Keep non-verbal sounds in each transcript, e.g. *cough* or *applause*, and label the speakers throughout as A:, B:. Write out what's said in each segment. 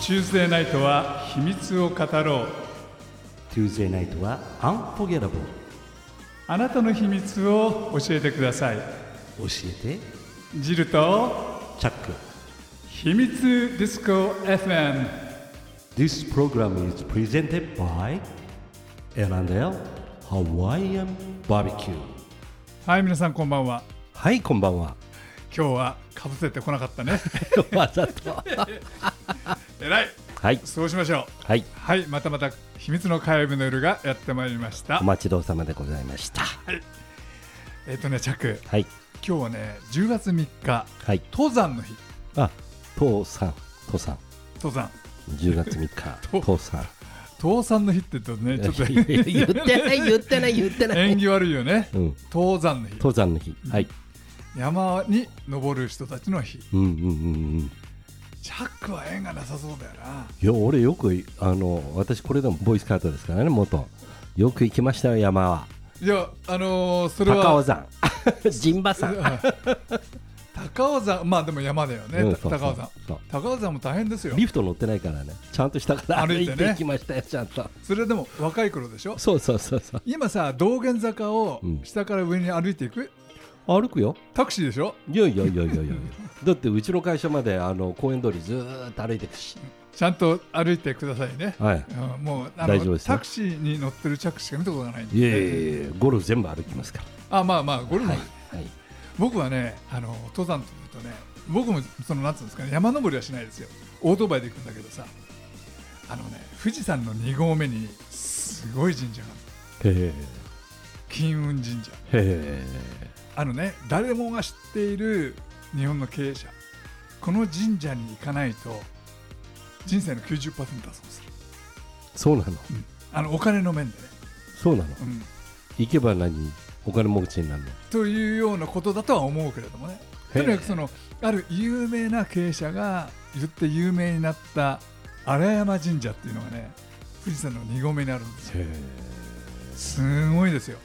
A: チューズデーナイトは秘密を語ろう
B: Tuesday night は Unforgettable
A: あなたの秘密を教えてください
B: 教えて
A: ジルと
B: チャック
A: 秘密ディスコ FM
B: This program is presented by L&L Hawaiian Barbecue
A: はい皆さんこんばんは
B: はいこんばんは *laughs*
A: 今日はかぶせてこなかったね
B: わざと
A: えらい
B: はい
A: そうしましょう
B: はい
A: はいまたまた秘密の火曜日の夜がやってまいりました
B: お待ちどうさまでございました
A: えっ、とねチャック
B: はい
A: 今日はね10月3日
B: はい
A: 登山の日
B: あ父さん父さん
A: 登山
B: 10月3日
A: 父
B: *laughs* 父さん
A: 登山の日って言うとねちょっと
B: *laughs* 言ってない言ってない言って *laughs* ない
A: 縁起悪いよね
B: うん
A: 登山の日
B: 登山の日はい
A: 山に登る人たちの日
B: うんうんうんうん
A: チャックは縁がなさそうだよない
B: や俺よくあの私これでもボーイスカートですからね元よく行きましたよ山はい
A: やあのーそれは
B: 高尾山 *laughs* 陣馬山、
A: *laughs* 高尾山まあでも山だよね、
B: うん
A: た
B: そうそう
A: 高尾山
B: そう
A: 高尾山も大変ですよ
B: リフト乗ってないからねちゃんと下から
A: 歩
B: 歩
A: い
B: い
A: てね
B: て行きましたよちゃんと
A: それでも若い頃でしょ
B: そうそうそうそう
A: 今さ道玄坂を
B: うん
A: 下から上に歩いていく、
B: 歩くよ
A: タクシーでしょ
B: いやいやいやいやいやいやだってうちの会社まであの公園通りずーっと歩いて
A: ちゃんと歩いてくださいね、
B: はい
A: うんもうあ
B: 大丈夫
A: の
B: ですよ
A: タクシーに乗ってるチャックしか見たことがないんで
B: いやいやいやゴルフ全部歩きますか
A: あまあまあゴルフ、
B: らはいはい
A: 僕はねあの登山というとね僕もそのなんつうんですかね山登りはしないですよオートバイで行くんだけどさあのね富士山の2合目にすごい神社がある
B: へ
A: 金運神社
B: えへ
A: あのね誰もが知っている日本の経営者この神社に行かないと人生の90%は損する、
B: そうなの
A: うんあのお金の面でね、
B: そうなの
A: うん、
B: 行けば何お金持ちになるの
A: というようなことだとは思うけれどもね
B: へ
A: と
B: え
A: にかくそのある有名な経営者が言って有名になった荒山神社っていうのがね富士山の2合目にあるんですよ
B: へえ
A: すごいですよ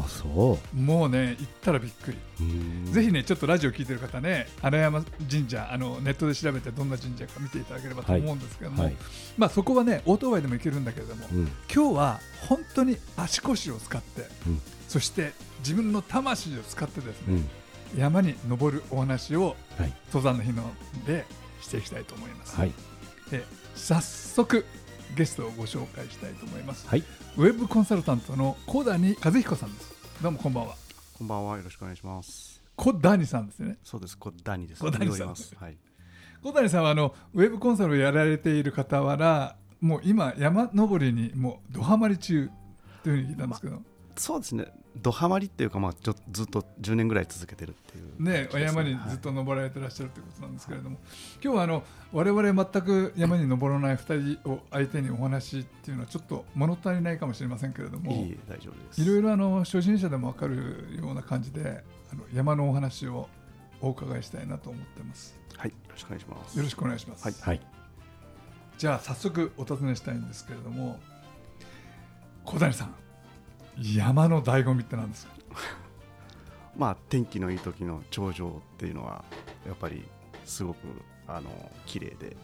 B: あそ
A: もうね行ったらびっくり
B: ううん
A: ぜひね、ちょっとラジオ聞いてる方ね、荒山神社、あのネットで調べてどんな神社か見ていただければと
B: はい
A: 思うんですけども、
B: はい
A: まあ、そこはね、オートバイでも行けるんだけれども、
B: うん
A: 今日は本当に足腰を使って、
B: うん
A: そして自分の魂を使ってです
B: う
A: ね、
B: ん
A: 山に登るお話を
B: はい
A: 登山の日のでしていきたいと思います。
B: はい
A: で早速ゲストをご紹介したいと思います。
B: はい
A: ウェブコンサルタントの小谷和彦さんです。どうもこんばんは。
C: こんばんは、よろしくお願いします。
A: 小谷さんですよね。
C: そうです、こダニです。
A: こダニさん
C: 濁りますはい。
A: 小谷さんはあのウェブコンサルをやられている傍らもう今山登りにもうどハマり中というふうに聞いたんですけど、
C: そうですね、ドハマりっていうか、まあ、ちょずっと10年ぐらい続けてるっていう、
A: ねお山にずっと登られてらっしゃるということなんですけれども、今日はあの我々全く山に登らない2人を相手にお話っていうのはちょっと物足りないかもしれませんけれど
C: はい、い
A: も
C: いえ大丈夫です。
A: いろいろあの初心者でも分かるような感じであの山のお話をお伺いしたいなと思ってます
C: はい、よろしくお願いします。
A: よろしくお願いします、
C: はい
B: はい
A: じゃあ早速お尋ねしたいんですけれども小谷さん山の醍醐味って何ですか
C: まあ、天気のいい時の頂上っていうのは、やっぱりすごくあの綺麗で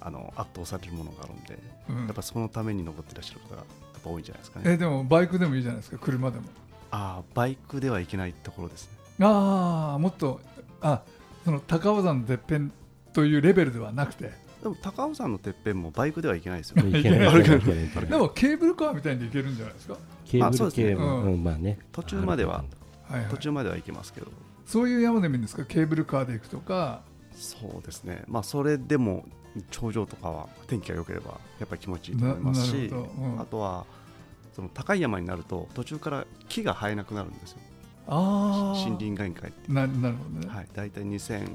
C: あの圧倒されるものがあるんで、
A: うん
C: やっぱそのために登ってらっしゃる方がやっぱ多いんじゃないですかね。
A: えでもバイクでもいいじゃないですか車でも
C: ああ、バイクではいけないところですね。
A: ああもっとあその高尾山のてっぺんというレベルではなくて
C: でも高尾山のてっぺんもバイクではいけないですよ。
B: *laughs* いけないいけないいけないいけない
A: でもケーブルカーみたいに行けるんじゃないですか、
B: ケ
C: ま
B: ー
C: あ
B: ブ
C: そ
B: ル
C: うですね
B: 系も、
A: うん
B: うんまあね
C: 途中までは
A: はいはい
C: 途、中まではいけますけど、
A: そういう山でもいいんですかケーブルカーで行くとか
C: そうですね、まあ、それでも頂上とかは天気が良ければやっぱり気持ちいいと思います
A: ななる
C: し、
A: ほどうん
C: あとはその高い山になると途中から木が生えなくなるんですよ
A: ああ
C: 森林外界って、
A: ななるほどね、
C: はい、大体2000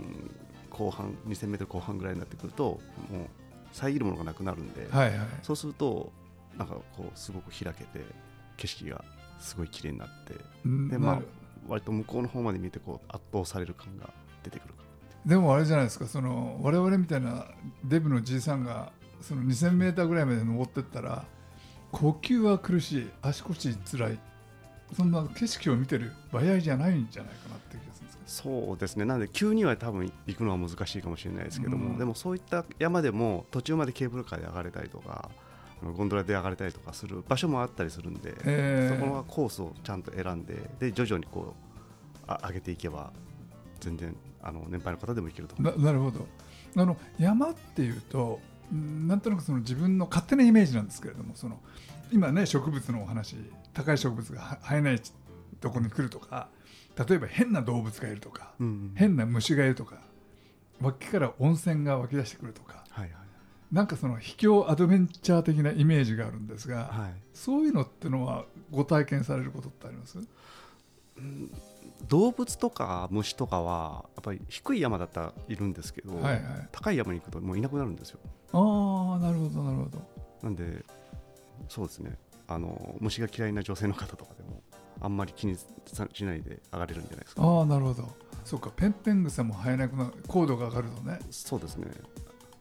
C: 後半2000メートル後半ぐらいになってくるともう遮るものがなくなるんで、
A: はい、はい
C: そうするとなんかこうすごく開けて景色がすごい綺麗になって
A: うん
C: でま
A: な
C: あ
A: る
C: 割と向こうの方まで見てこう圧倒される感が出てくるか
A: でもあれじゃないですかその我々みたいなデブのじいさんがその 2000m ぐらいまで登ってったら呼吸は苦しい足腰つらいそんな景色を見てる割合じゃないんじゃないかなって気がするんですけど
C: そうですねなので急には多分行くのは難しいかもしれないですけども、
A: うん
C: でもそういった山でも途中までケーブルカーで上がれたりとかあのゴンドラで上がれたりとかする場所もあったりするんで、
A: えー
C: そこはコースをちゃんと選んでで徐々にこうあ上げていけば全然あの年配の方でもいけると思う
A: ななるほどあの山っていうとうんなんとなくその自分の勝手なイメージなんですけれどもその今ね植物のお話高い植物がは生えないところに来るとか例えば変な動物がいるとか、
C: うんうん
A: 変な虫がいるとか脇から温泉が湧き出してくるとか
C: はいはい
A: なんかその秘境アドベンチャー的なイメージがあるんですが、
C: はい、
A: そういうのってのはご体験されることってあります
C: 動物とか虫とかはやっぱり低い山だったらいるんですけど、
A: はいはい
C: 高い山に行くともういなくなるんですよ
A: ああなるほどなるほど
C: なんでそうですねあの虫が嫌いな女性の方とかでもあんまり気にさしないで上がれるんじゃないですか
A: ああなるほどそうかペンペン草も生えなくなる高度が上がるとね
C: そうですね、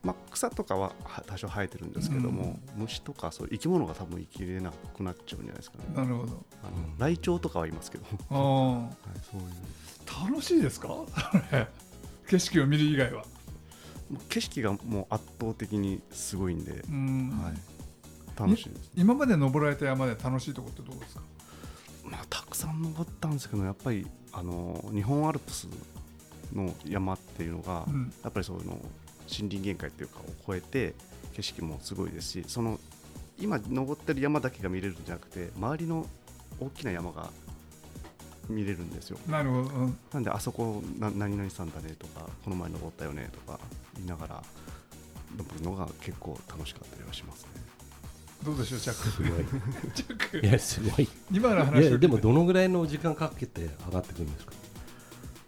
C: まあ、草とかはは多少生えてるんですけども、虫とかそういう生き物が多分生きれなくなっちゃうんじゃないですかね
A: なるほど
C: あのライチョウとかはいます *laughs* けど、はい、
A: あ
C: そういう
A: あ楽しいですか *laughs* 景色を見る以外は
C: もう景色がもう圧倒的にすごいんで、
A: うん、
C: はい、楽しいです
A: 今まで登られた山で楽しいとこってどうですか
C: まあ、たくさん登ったんですけどやっぱりあの日本アルプスの山っていうのが、
A: うん
C: やっぱりその森林限界っていうかを越えて景色もすごいですしその今登ってる山だけが見れるんじゃなくて周りの大きな山が見れるんですよ
A: なるほど、うん
C: なんであそこな何々さんだねとかこの前登ったよねとか言いながら登るのが結構楽しかったりはしますね
A: どうでしょうチャッ
B: す
A: ク
B: ごい
A: チャッ
B: い
A: ク
B: やすごい
A: 今の
B: い
A: 話を聞い
B: や
A: て
B: でもどのぐらいの時間かけて上がってくるんですか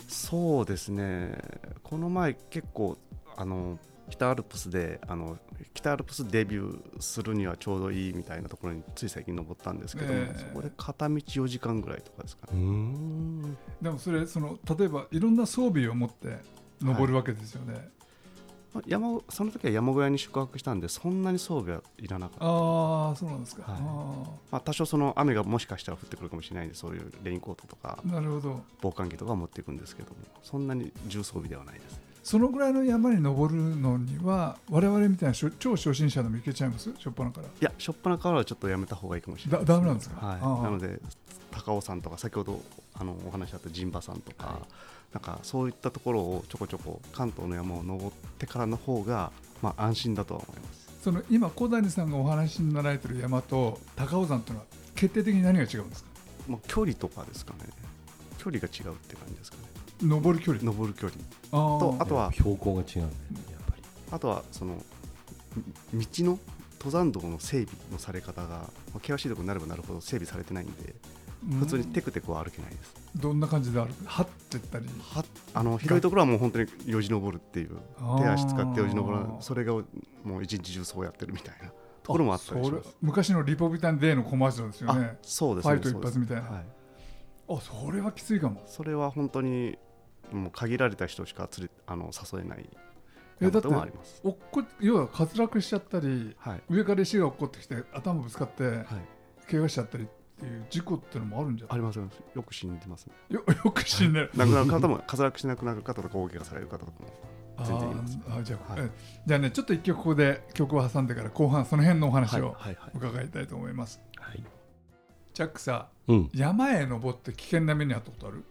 C: そうですね、この前、結構あの北アルプスであの北アルプスデビューするにはちょうどいいみたいなところについ最近登ったんですけども、
A: ええ
C: そこで片道4時間ぐらいとかですか
B: うー
C: ね。
B: ん
A: でもそれその例えばいろんな装備を持って登るわけですよね、
C: まあ山をその時は山小屋に宿泊したんでそんなに装備はいらなかった、
A: ああそうなんですか、
C: はい
A: あ
C: まあ、多少その雨がもしかしたら降ってくるかもしれないんでそういうレインコートとか
A: あなるほど
C: 防寒着とかは持っていくんですけどもそんなに重装備ではないです
A: そのぐらいの山に登るのには我々みたいなしょ超初心者でも行けちゃいますしょっぱなから
C: いや、しょっぱなからはちょっとやめた方がいいかもしれない
A: だダメなんですか
C: はい、
A: ああ
C: なので、高尾さんとか、先ほどあのお話しあった陣馬さんとか、なんかそういったところをちょこちょこ関東の山を登ってからの方が、まあ、安心だとは思います。
A: その今小谷さんがお話になられてる山と高尾山というのは決定的に何が違うんですか
C: まあ、距離とかですかね、距離が違うって感じですかね、
A: 登る距離
C: 登る距離、
A: あと
C: あとは
B: 標高が違うんだよねやっぱり
C: あとはそのみ道の登山道の整備のされ方が、まあ、険しいところになればなるほど整備されてないんで、普通にテクテクは歩けないです。
A: どんな感じであるはってったり
C: はあのひどいところはもう本当によじ登るっていう
A: あー
C: 手足使ってよじ登らないそれがもう一日中そうやってるみたいなところもあったりしま
A: それ
C: す
A: 昔のリポビタンデーのコマーシャルですよ
C: あ
A: ね
C: そうです
A: ファ
C: ね
A: イト
C: そうです
A: 一発みたいな
C: はい、
A: あそれはきついかも
C: それは本当にもう限られた人しか釣りあの誘えない
A: えだ
C: こ
A: って
C: ともあります
A: 落っこ要は滑落しちゃったり
C: はい、
A: 上から石が落っこってきて頭ぶつかって
C: はい、
A: 怪我しちゃったりっていう事故ってのもあるんじゃな
C: ありますありますよく死んでますね
A: いよよく死んでる
C: 亡くなる
A: *laughs*
C: 方も滑落しなくなる方とか大怪我される方とかも
A: あ
C: 全然います
A: ーあじゃあ、
C: はい
A: えじゃあねちょっと一曲ここで曲を挟んでから後半その辺のお話を
C: はいはい
A: 伺いたいと思います、
B: はい
A: ジャックさ
B: うん
A: 山へ登って危険な目に遭ったことある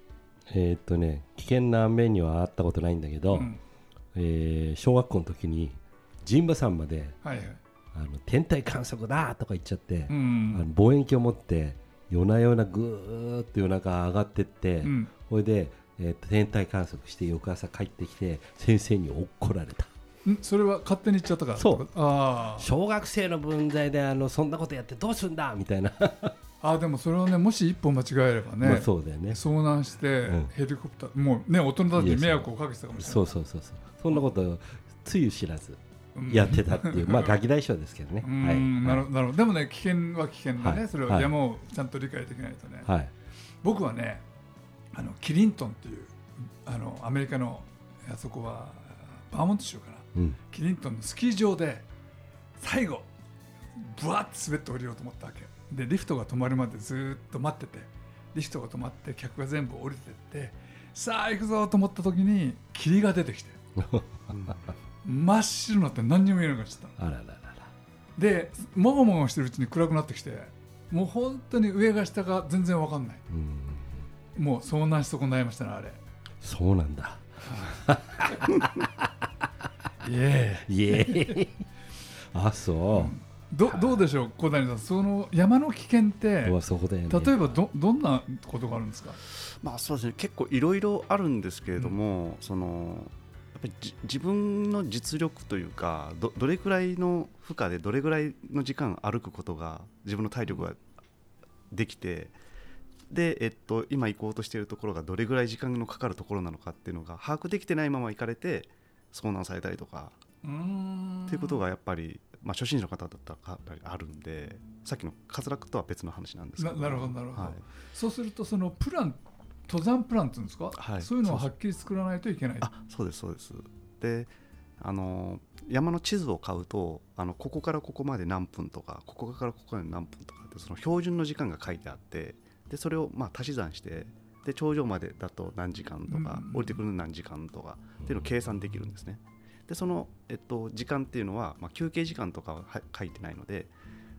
B: えーっとね危険な面にはあったことないんだけど、
A: ん、
B: えー小学校の時に陣馬山まで
A: はいはい
B: あの天体観測だとか言っちゃって、
A: う
B: あの
A: ん
B: 望遠鏡を持って夜な夜なぐーっと夜中上がってって、
A: うん
B: それで、えーと天体観測して翌朝帰ってきて先生に怒られた
A: んそれは勝手に行っちゃったから
B: そう
A: あー
B: 小学生の分際であのそんなことやってどうすんだみたいな、
A: あーでもそれはねもし一歩間違えればね、
B: まあそうだよねそ
A: 遭難して
B: うん
A: ヘリコプター、もうね大人たちに迷惑をかけてたかもしれないう
B: そうそうそうそんなことをつゆ知らず
A: うん
B: やってたっていう、まあガキ大将ですけどね、
A: うん
B: はい
A: なるほどなるほどでもね危険は危険だね、
B: はい
A: それは山をちゃんと理解できないとね、
B: はい、
A: 僕はねあのキリントンっていうあのアメリカのあそこはバーモント州かな
B: うん、
A: キリントンのスキー場で最後ぶわっと滑って降りようと思ったわけでリフトが止まるまでずーっと待っててリフトが止まって客が全部降りてってさあ行くぞと思った時に霧が出てき
B: *laughs*
A: て
C: うん
A: 真っ白になって何にも見えなくなっちゃったの
B: あらららら
A: でもごもごしてるうちに暗くなってきてもう本当に上が下が全然わかんない
B: うん
A: もう遭難し損ないましたねあれ
B: そうなんだ
A: イエ
B: いえあそ
A: どどうでしょう小谷さんその山の危険って
B: う、うわそこだよね
A: 例えばどどんなことがあるんですか
C: まあそうですね結構いろいろあるんですけれども、そのやっぱりじ自分の実力というかどどれくらいの負荷でどれくらいの時間歩くことが自分の体力ができてで、えっと、今行こうとしているところがどれぐらい時間のかかるところなのかっていうのが把握できてないまま行かれて遭難されたりとか
A: うーん
C: っていうことがやっぱり、まあ、初心者の方だったらあるんでさっきの滑落とは別の話なんですけど
A: ななるほどなるほど
C: はい
A: そうするとそのプラン登山プランっていうんですか、
C: はい
A: そういうのをはっきり作らないといけない
C: あそうですそうですであの山の地図を買うとあのここからここまで何分とかここからここまで何分とかってその標準の時間が書いてあってでそれをまあ足し算してで頂上までだと何時間とか、
A: うん
C: 降りてくるの何時間とかっていうのを計算できるんですねでその、えっと、時間っていうのは、まあ、休憩時間とかはは書いてないので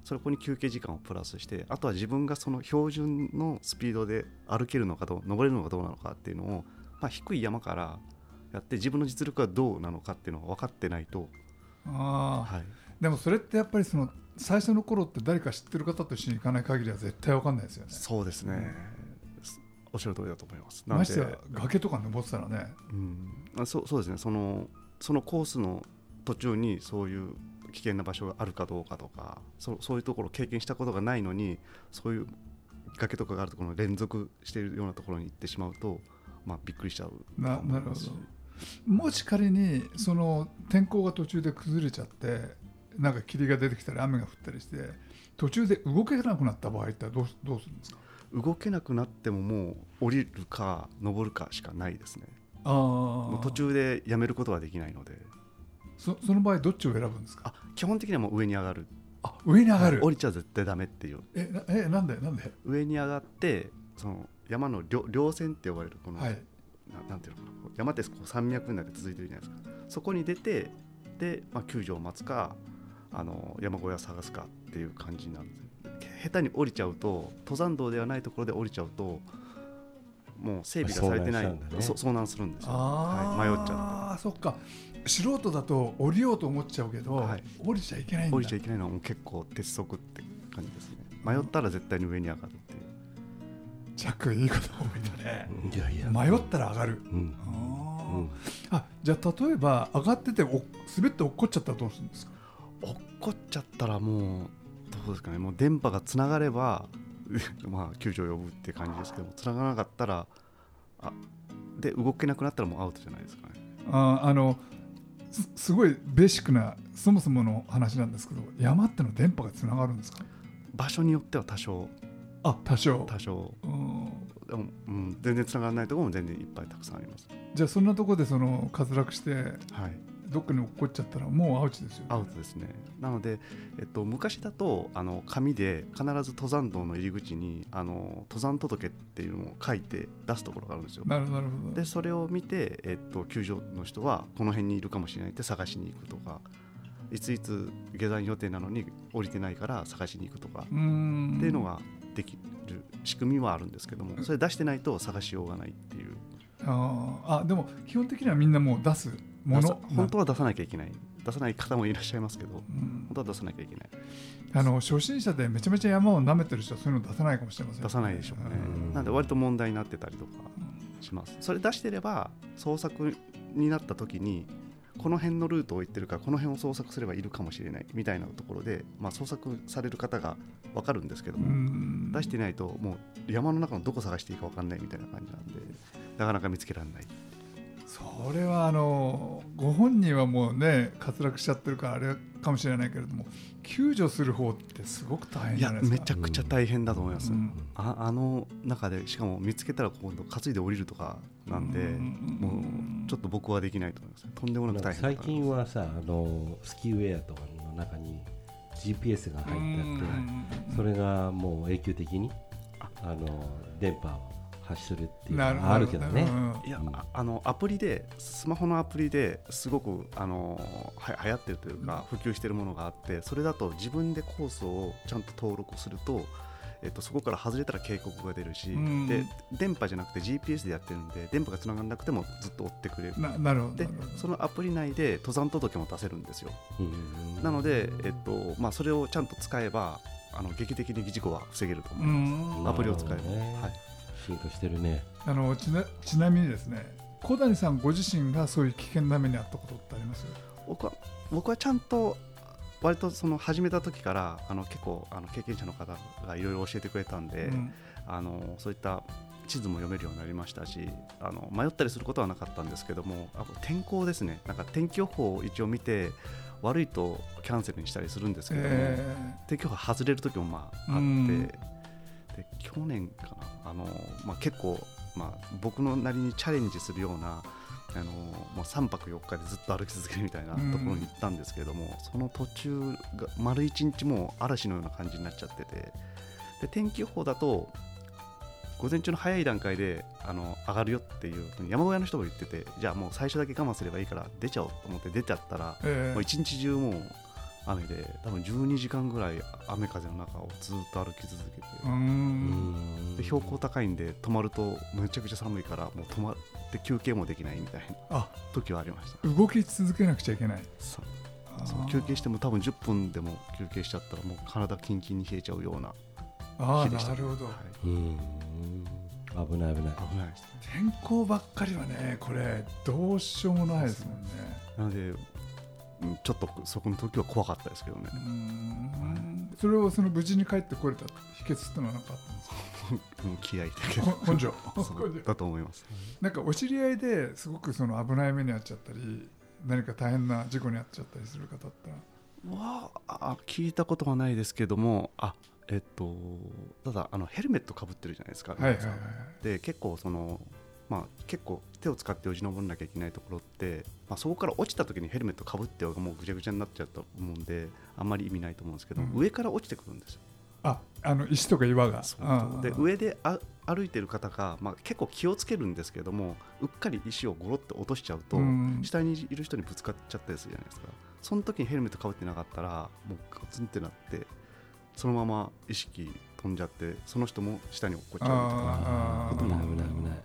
C: そこに休憩時間をプラスしてあとは自分がその標準のスピードで歩けるのかどう登れるのかどうなのかっていうのを、まあ、低い山からやって自分の実力がどうなのかっていうのが分かってないと、
A: あー
C: はい、
A: でもそれってやっぱりその最初の頃って誰か知ってる方と一緒に行かない限りは絶対わかんないですよね
C: そうですね、おっしゃる通りだと思いますなん
A: ま
C: で
A: してや崖とか登ってたらね
C: うん、あそうそうですねそのそのコースの途中にそういう危険な場所があるかどうかとかそそういうところを経験したことがないのにそういう崖とかがあるところに連続しているようなところに行ってしまうと、まあ、びっくりしちゃう
A: な
C: と思い
A: なるほ
C: ますし
A: どもし仮にその天候が途中で崩れちゃってなんか霧が出てきたり雨が降ったりして途中で動けなくなった場合ってどうすどうするんですか
C: 動けなくなってももう降りるか登るかしかないですね
A: あ
C: も
A: も
C: う途中でやめることはできないので
A: そその場合どっちを選ぶんですか
C: あ基本的にはもう上に上がる
A: あ上に上がる、
C: 降りちゃ絶対ダメっていう
A: えなえなんでなんで
C: 上に上がってその山の稜稜線って呼ばれるこの、
A: はい
C: ななんていうのかなこう山ってこう山脈になって続いてるじゃないですかそこに出てで、まあ、救助を待つかあの山小屋探すかっていう感じになるんですよへ下手に降りちゃうと登山道ではないところで降りちゃうともう整備がされてない
B: 遭難しちゃうんだね
C: そ遭難するんですよ、
A: あ
C: は
A: ー、
C: い、迷っちゃ
A: あそっか素人だと降りようと思っちゃうけど、
C: はい
A: 降りちゃいけないん
C: う
A: だ
C: 降りちゃいけないのはもう結構鉄則って感じですね迷ったら絶対に上に上がるっていう
A: ジャックいいこと覚えた
C: *laughs*
A: ね
B: うんいやいや
A: 迷ったら上がる
B: うん
A: あー、
B: うん
A: あじゃあ例えば上がっててお滑って落っこっちゃったらどうするんですか
C: 落っこっちゃったらもうどうですかねもう電波がつながれば *laughs* まあ救助を呼ぶって感じですけどつながらなかったらあで動けなくなったらもうアウトじゃないですかね
A: あーあのすすごいベーシックなそもそもの話なんですけど山ってのは電波がつながるんですか
C: 場所によっては多少
A: あ多少
C: 多少
A: うん
C: でも、うん、全然つながらないところも全然いっぱいたくさんあります
A: じゃあそんなとこでその滑落して
C: はい
A: どっかに落っこっちゃったらもうアウチですよ、ね、
C: アウトですねなので、えっと、昔だとあの紙で必ず登山道の入り口にあの登山届っていうのを書いて出すところがあるんですよ
A: なるなるほど
C: でそれを見て、えっと、救助の人はこの辺にいるかもしれないって探しに行くとかいついつ下山予定なのに降りてないから探しに行くとか
A: うーん
C: っていうのができる仕組みはあるんですけどもそれ出してないと探しようがないっていう
A: あーあでも基本的にはみんなもう出すも
C: 出さ
A: の
C: 本当は出さなきゃいけない出さない方もいらっしゃいますけど本
A: うん
C: 当は出さなきゃいけない
A: あの初心者でめちゃめちゃ山を舐めてる人はそういうの出さないかもしれません
C: 出さないでしょうね
B: うん
C: なんで割と問題になってたりとかしますそれ出してれば捜索になった時にこの辺のルートを行ってるからこの辺を捜索すればいるかもしれないみたいなところで、まあ、捜索される方が分かるんですけど
A: う
C: も、
A: ん
C: 出してないともう山の中のどこ探していいか分かんないみたいな感じなんでなかなか見つけられない
A: それはあのご本人はもうね滑落しちゃってるからあれかもしれないけれども救助する方ってすごく大変
C: い
A: じ
C: や
A: ゃないですか
C: めちゃくちゃ大変だと思います、
A: うん
C: ああの中でしかも見つけたら今度担いで降りるとかなんで、
A: うん
C: もうちょっと僕はできないと思いますとんでもな
B: な
C: く
B: んか
C: 大変だ
B: 最
C: と思い
B: 近
C: ます
B: はさあのスキーウェアとかの中に GPS が入ってあってそれがもう永久的にあの電波を発するっていう
A: なる
B: のはあるけどね
A: なほど
C: いや、
B: うん
C: ああのアプリでスマホのアプリですごくあのは流行ってるというか普及してるものがあってそれだと自分でコースをちゃんと登録すると、えっと、そこから外れたら警告が出るし、
A: うん
C: で電波じゃなくて GPS でやってるんで電波が繋がらなくてもずっと追ってくれる
A: うんななるほど
C: で
A: なるほど
C: そのアプリ内で登山届も出せるんですよ
B: うん
C: なので、えっとまあ、それをちゃんと使えばあの劇的に事故は防げると思います、
A: うん
C: アプリを使えば、
B: なるほどね
C: はい
B: 進化してるね
A: あのちなちなみにですね小谷さんご自身がそういう危険な目に遭ったことってあります
C: 僕は僕はちゃんと割とその始めた時からあの結構あの経験者の方がいろいろ教えてくれたんで、
A: うん
C: あのそういった地図も読めるようになりましたしあの迷ったりすることはなかったんですけどもあと天候ですねなんか天気予報を一応見て悪いとキャンセルにしたりするんですけども、
A: え
C: 天気予報外れる時もまああって、
A: うん
C: で去年かなあの、まあ、結構、まあ、僕のなりにチャレンジするようなあの、まあ、3泊4日でずっと歩き続けるみたいなところに行ったんですけれども、その途中が丸1日もう嵐のような感じになっちゃっててで天気予報だと午前中の早い段階であの上がるよっていうふうに山小屋の人も言っててじゃあもう最初だけ我慢すればいいから出ちゃおうと思って出ちゃったら
A: ええ
C: も
A: え
C: う一日中もう雨で多分12時間ぐらい雨風の中をずっと歩き続けて、
A: うーん
C: で標高高いんで泊まるとめちゃくちゃ寒いからもう泊まって休憩もできないみたいな
A: あ
C: 時はありました
A: 動き続けなくちゃいけない
C: さ
A: あー
C: その休憩しても多分10分でも休憩しちゃったらもう体キンキンに冷えちゃうような
A: あー
C: 日でした
A: な
C: ね、
A: るほど、
C: はい
B: うん危ない危ない
C: 危ないですね
A: 天候ばっかりはねこれどうしようもないですもんね
C: なのでうんちょっとそこの時は怖かったですけどね
A: うーんそれをその無事に帰ってこれた秘訣ってのは何かあったんですか
C: うん気合い
A: *laughs*
C: 的な
A: こ根性
C: *laughs* そう
A: 根性
C: だと思います
A: なんかお知り合いですごくその危ない目に遭っちゃったり何か大変な事故に遭っちゃったりする方ってのは
C: はあ聞いたことはないですけどもあえっとただあのヘルメットかぶってるじゃないですか、
A: はいは
C: 皆
A: い
C: さ
A: はい
C: んで結構そのまあ結構手を使ってよじ登らなきゃいけないところって、まあ、そこから落ちた時にヘルメットかぶってはもうぐちゃぐちゃになっちゃうと思うんであんまり意味ないと思うんですけど、
A: うん
C: 上から落ちてくるんですよ
A: ああの石とか岩がうん
C: で上であ歩いてる方が、まあ、結構気をつけるんですけどもうっかり石をゴロって落としちゃうと、
A: うん
C: 下にいる人にぶつかっちゃったりするじゃないですかその時にヘルメットかぶってなかったらもうガツンってなってそのまま意識飛んじゃってその人も下に落っこっちゃうみたいな
A: あー
B: 危ない危ない危ない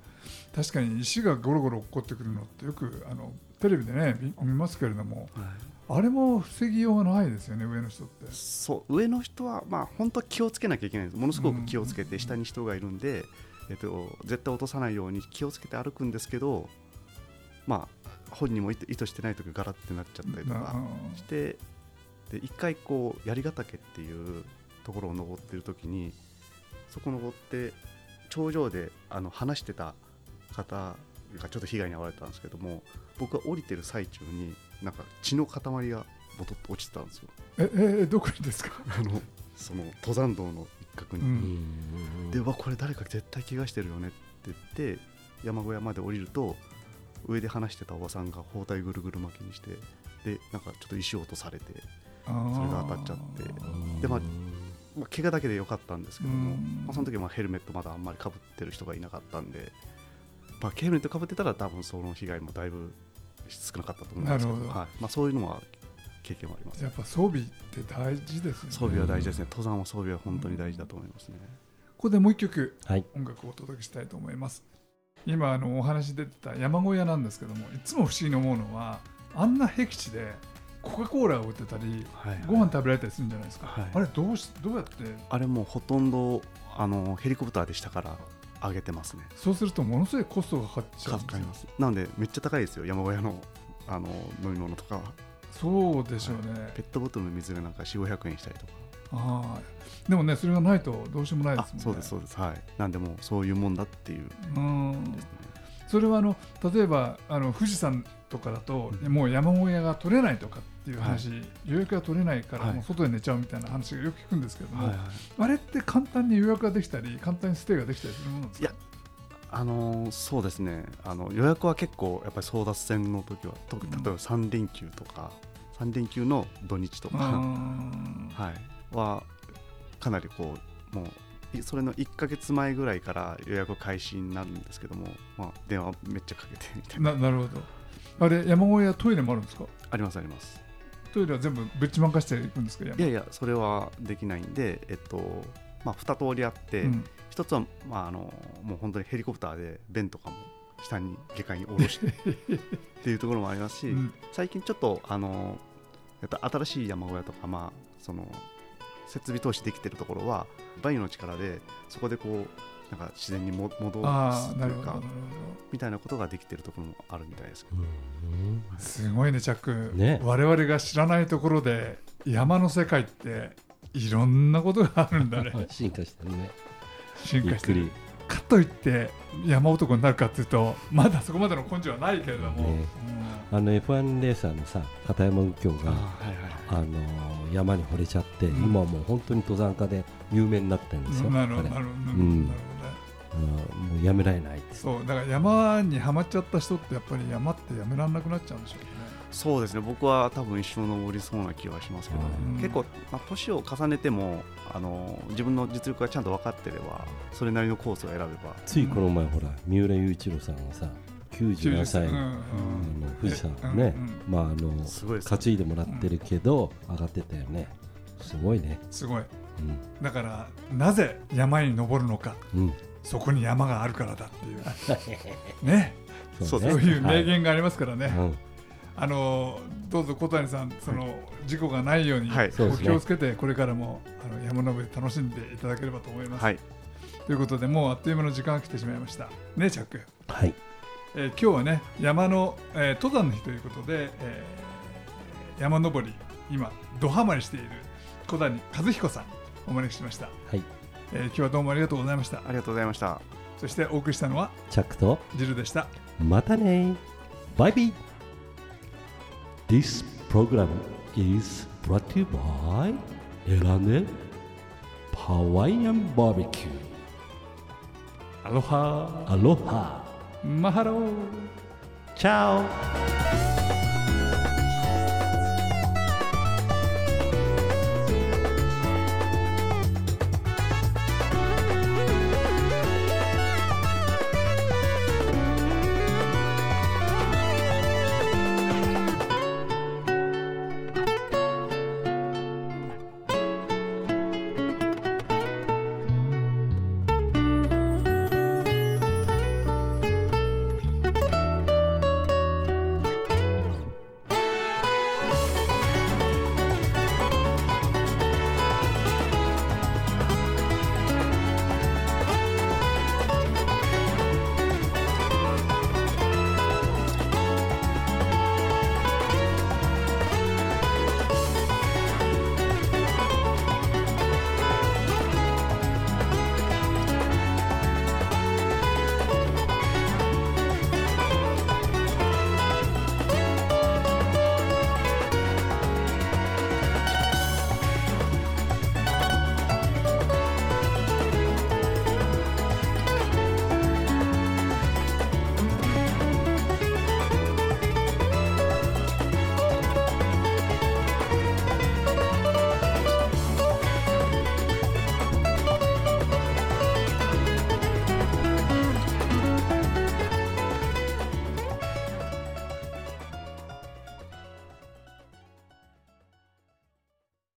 A: 確かに石がゴロゴロ落っこってくるのってよくあのテレビでねみ見ますけれども
C: はい
A: あれも防ぎようがないですよね上の人って
C: そう上の人は、まあ、本当は気をつけなきゃいけないんですものすご
A: う
C: く
A: ん
C: 気をつけて下に人がいるんで、えっと、絶対落とさないように気をつけて歩くんですけど、まあ、本人も意図意図してない時ガラってなっちゃったりと
A: う
C: か
A: ん
C: してで一回こう槍ヶ岳っていうところを登ってる時にそこ登って頂上であの話してた方がちょっと被害に遭われたんですけども僕が降りてる最中になんか血の塊がボトッと落ちてたんですよ。
A: えええどこにですか
C: あのその登山道の一角に、
A: う
B: うんん
C: でうわこれ誰か絶対怪我してるよねって言って山小屋まで降りると上で話してたおばさんが包帯ぐるぐる巻きにしてでなんかちょっと石を落とされて、
A: あー
C: それが当たっちゃって
B: うん
C: でまあまあ、怪我だけでよかったんですけども、
A: うん
C: まあ、その時はまあヘルメットまだあんまりかぶってる人がいなかったんで、まあ、ヘルメットかぶってたら多分その被害もだいぶ少なかったと思うんですけど
A: なるほど
C: はいまあ、そういうのは経験はあります
A: やっぱ装備って大事ですよね
C: 装備は大事ですね登山は装備は本当に大事だと思いますね、
A: ここでもう一曲、
B: はい
A: 音楽をお届けしたいと思います今あのお話出てた山小屋なんですけどもいつも不思議に思うのはあんな僻地でコカ・コーラを売ってたり
C: はい
A: ご飯食べられたりするんじゃないですか、
C: はい
A: あれどうしどうやって
C: あれもうほとんどあのヘリコプターで下から上げてますね。
A: そうするとものすごいコストがかかっちゃうんです
C: 買い
A: よ
C: ますなのでめっちゃ高いですよ山小屋のあの飲み物とかは
A: そうでしょうね、
C: ペットボトルの水がなんか4500円したりとか、
A: あーでもねそれがないとどうしようもないで
C: あ
A: すもんね
C: そうですそうですはいなんでもうそういうもんだっていう
A: うん
C: ですね
A: それはあの例えばあの富士山とかだと、
C: うん
A: もう山小屋が取れないとかっていう話、予約が取れないから、
C: はい
A: もう外で寝ちゃうみたいな話がよく聞くんですけども、
C: はいはい
A: あれって簡単に予約ができたり簡単にステイができたりするものなんですか
C: いやあのーそうですねあの予約は結構やっぱり争奪戦の時はと例えば3連休とか3連休の土日と
A: う
C: か
A: ーん
C: はい、はかなりこうもういそれの1か月前ぐらいから予約開始になるんですけども、まあ、電話めっちゃかけてみたいな
A: ななるほどあれ山小屋トイレもあるんですか
C: ありますあります
A: トイレは全部ぶっちまかしていくんですか山
C: いやいやそれはできないんでえっとまあ2通りあって、
A: うん
C: 一つは、まあ、あのもう本当にヘリコプターで便とかも下に下界に下
A: *laughs*
C: ろしてっていうところもありますし、
A: うん
C: 最近ちょっとあのやっぱ新しい山小屋とか、まあ、その設備投資できてるところはバイオの力でそこでこうなんか自然にも戻
A: あ
C: す
A: あ
C: と
A: なる
C: いう
A: ほどなる
C: か
A: ほ
C: みたいなことができてるところもあるみたいですけど
B: うん
A: どすごいねチャック、
B: ね
A: 我々が知らないところで山の世界っていろんなことがあるんだね
B: *laughs* 進化したね。
A: 進
B: び
A: 化
B: っ
A: し
B: く
A: て
B: り。
A: るかといって山男になるかっていうとまだそこまでの根性はないけれども、
B: ねあの F1 レーサーのさ、片山右京が、
C: あはいはい
B: あのー山に惚れちゃって、
A: うん
B: 今はもう本当に登山家で有名になってるんです
A: う
B: よ。
A: ん、なるほど
B: 彼
A: なるほどなるほど、
B: ん
A: なるほどね
B: あのもうやめられないって。
A: そうだから山にはまっちゃった人ってやっぱり山ってやめらんなくなっちゃうんでしょう
C: そうですね僕は多分一生登りそうな気はしますけど、
A: うん
C: 結構、まあ、年を重ねてもあの自分の実力がちゃんと分かってればそれなりのコースを選べば
B: ついこの前ほら、三浦雄一郎さんがさ、
A: ね
B: 97歳、
A: うんうん
B: あの富士山
A: うん
B: ね
A: うん、
B: まああの
C: すごいですね
B: 担いでもらってるけど、上がってたよね。すごいね。
A: すごい
B: うん。
A: だからなぜ山に登るのか
B: うん、
A: そこに山があるからだって
B: *laughs*
A: いうね
C: そう
A: そういう名言がありますからね、
B: はいうん
A: あのどうぞ小谷さんその事故がないように
C: はい
B: そうで
A: お
B: す
A: 気
B: ね
A: をつけてこれからもあの山登り楽しんでいただければと思います、
C: はい
A: ということでもうあっという間の時間が来てしまいましたねチャック
B: はい。
A: えー今日はね山の、えー登山の日ということで、えー山登り今ドハマりしている小谷和彦さんお招きしました、
B: はい。
A: えー今日はどうもありがとうございました
C: ありがとうございました
A: そしてお送りしたのは
B: チャックと、
A: ジルでした
B: Matane. Bye bye. This program is brought to you by Elane Hawaiian Barbecue. Aloha. Aloha.
A: マハロー
B: Ciao.